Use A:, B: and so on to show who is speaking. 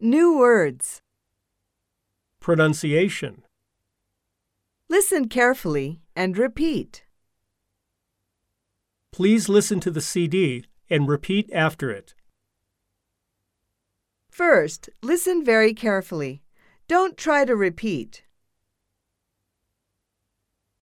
A: New words.
B: pronunciation,
A: Listen carefully and repeat.
B: please listen to the CD and repeat after it.
A: First, listen very carefully. Don't try to repeat.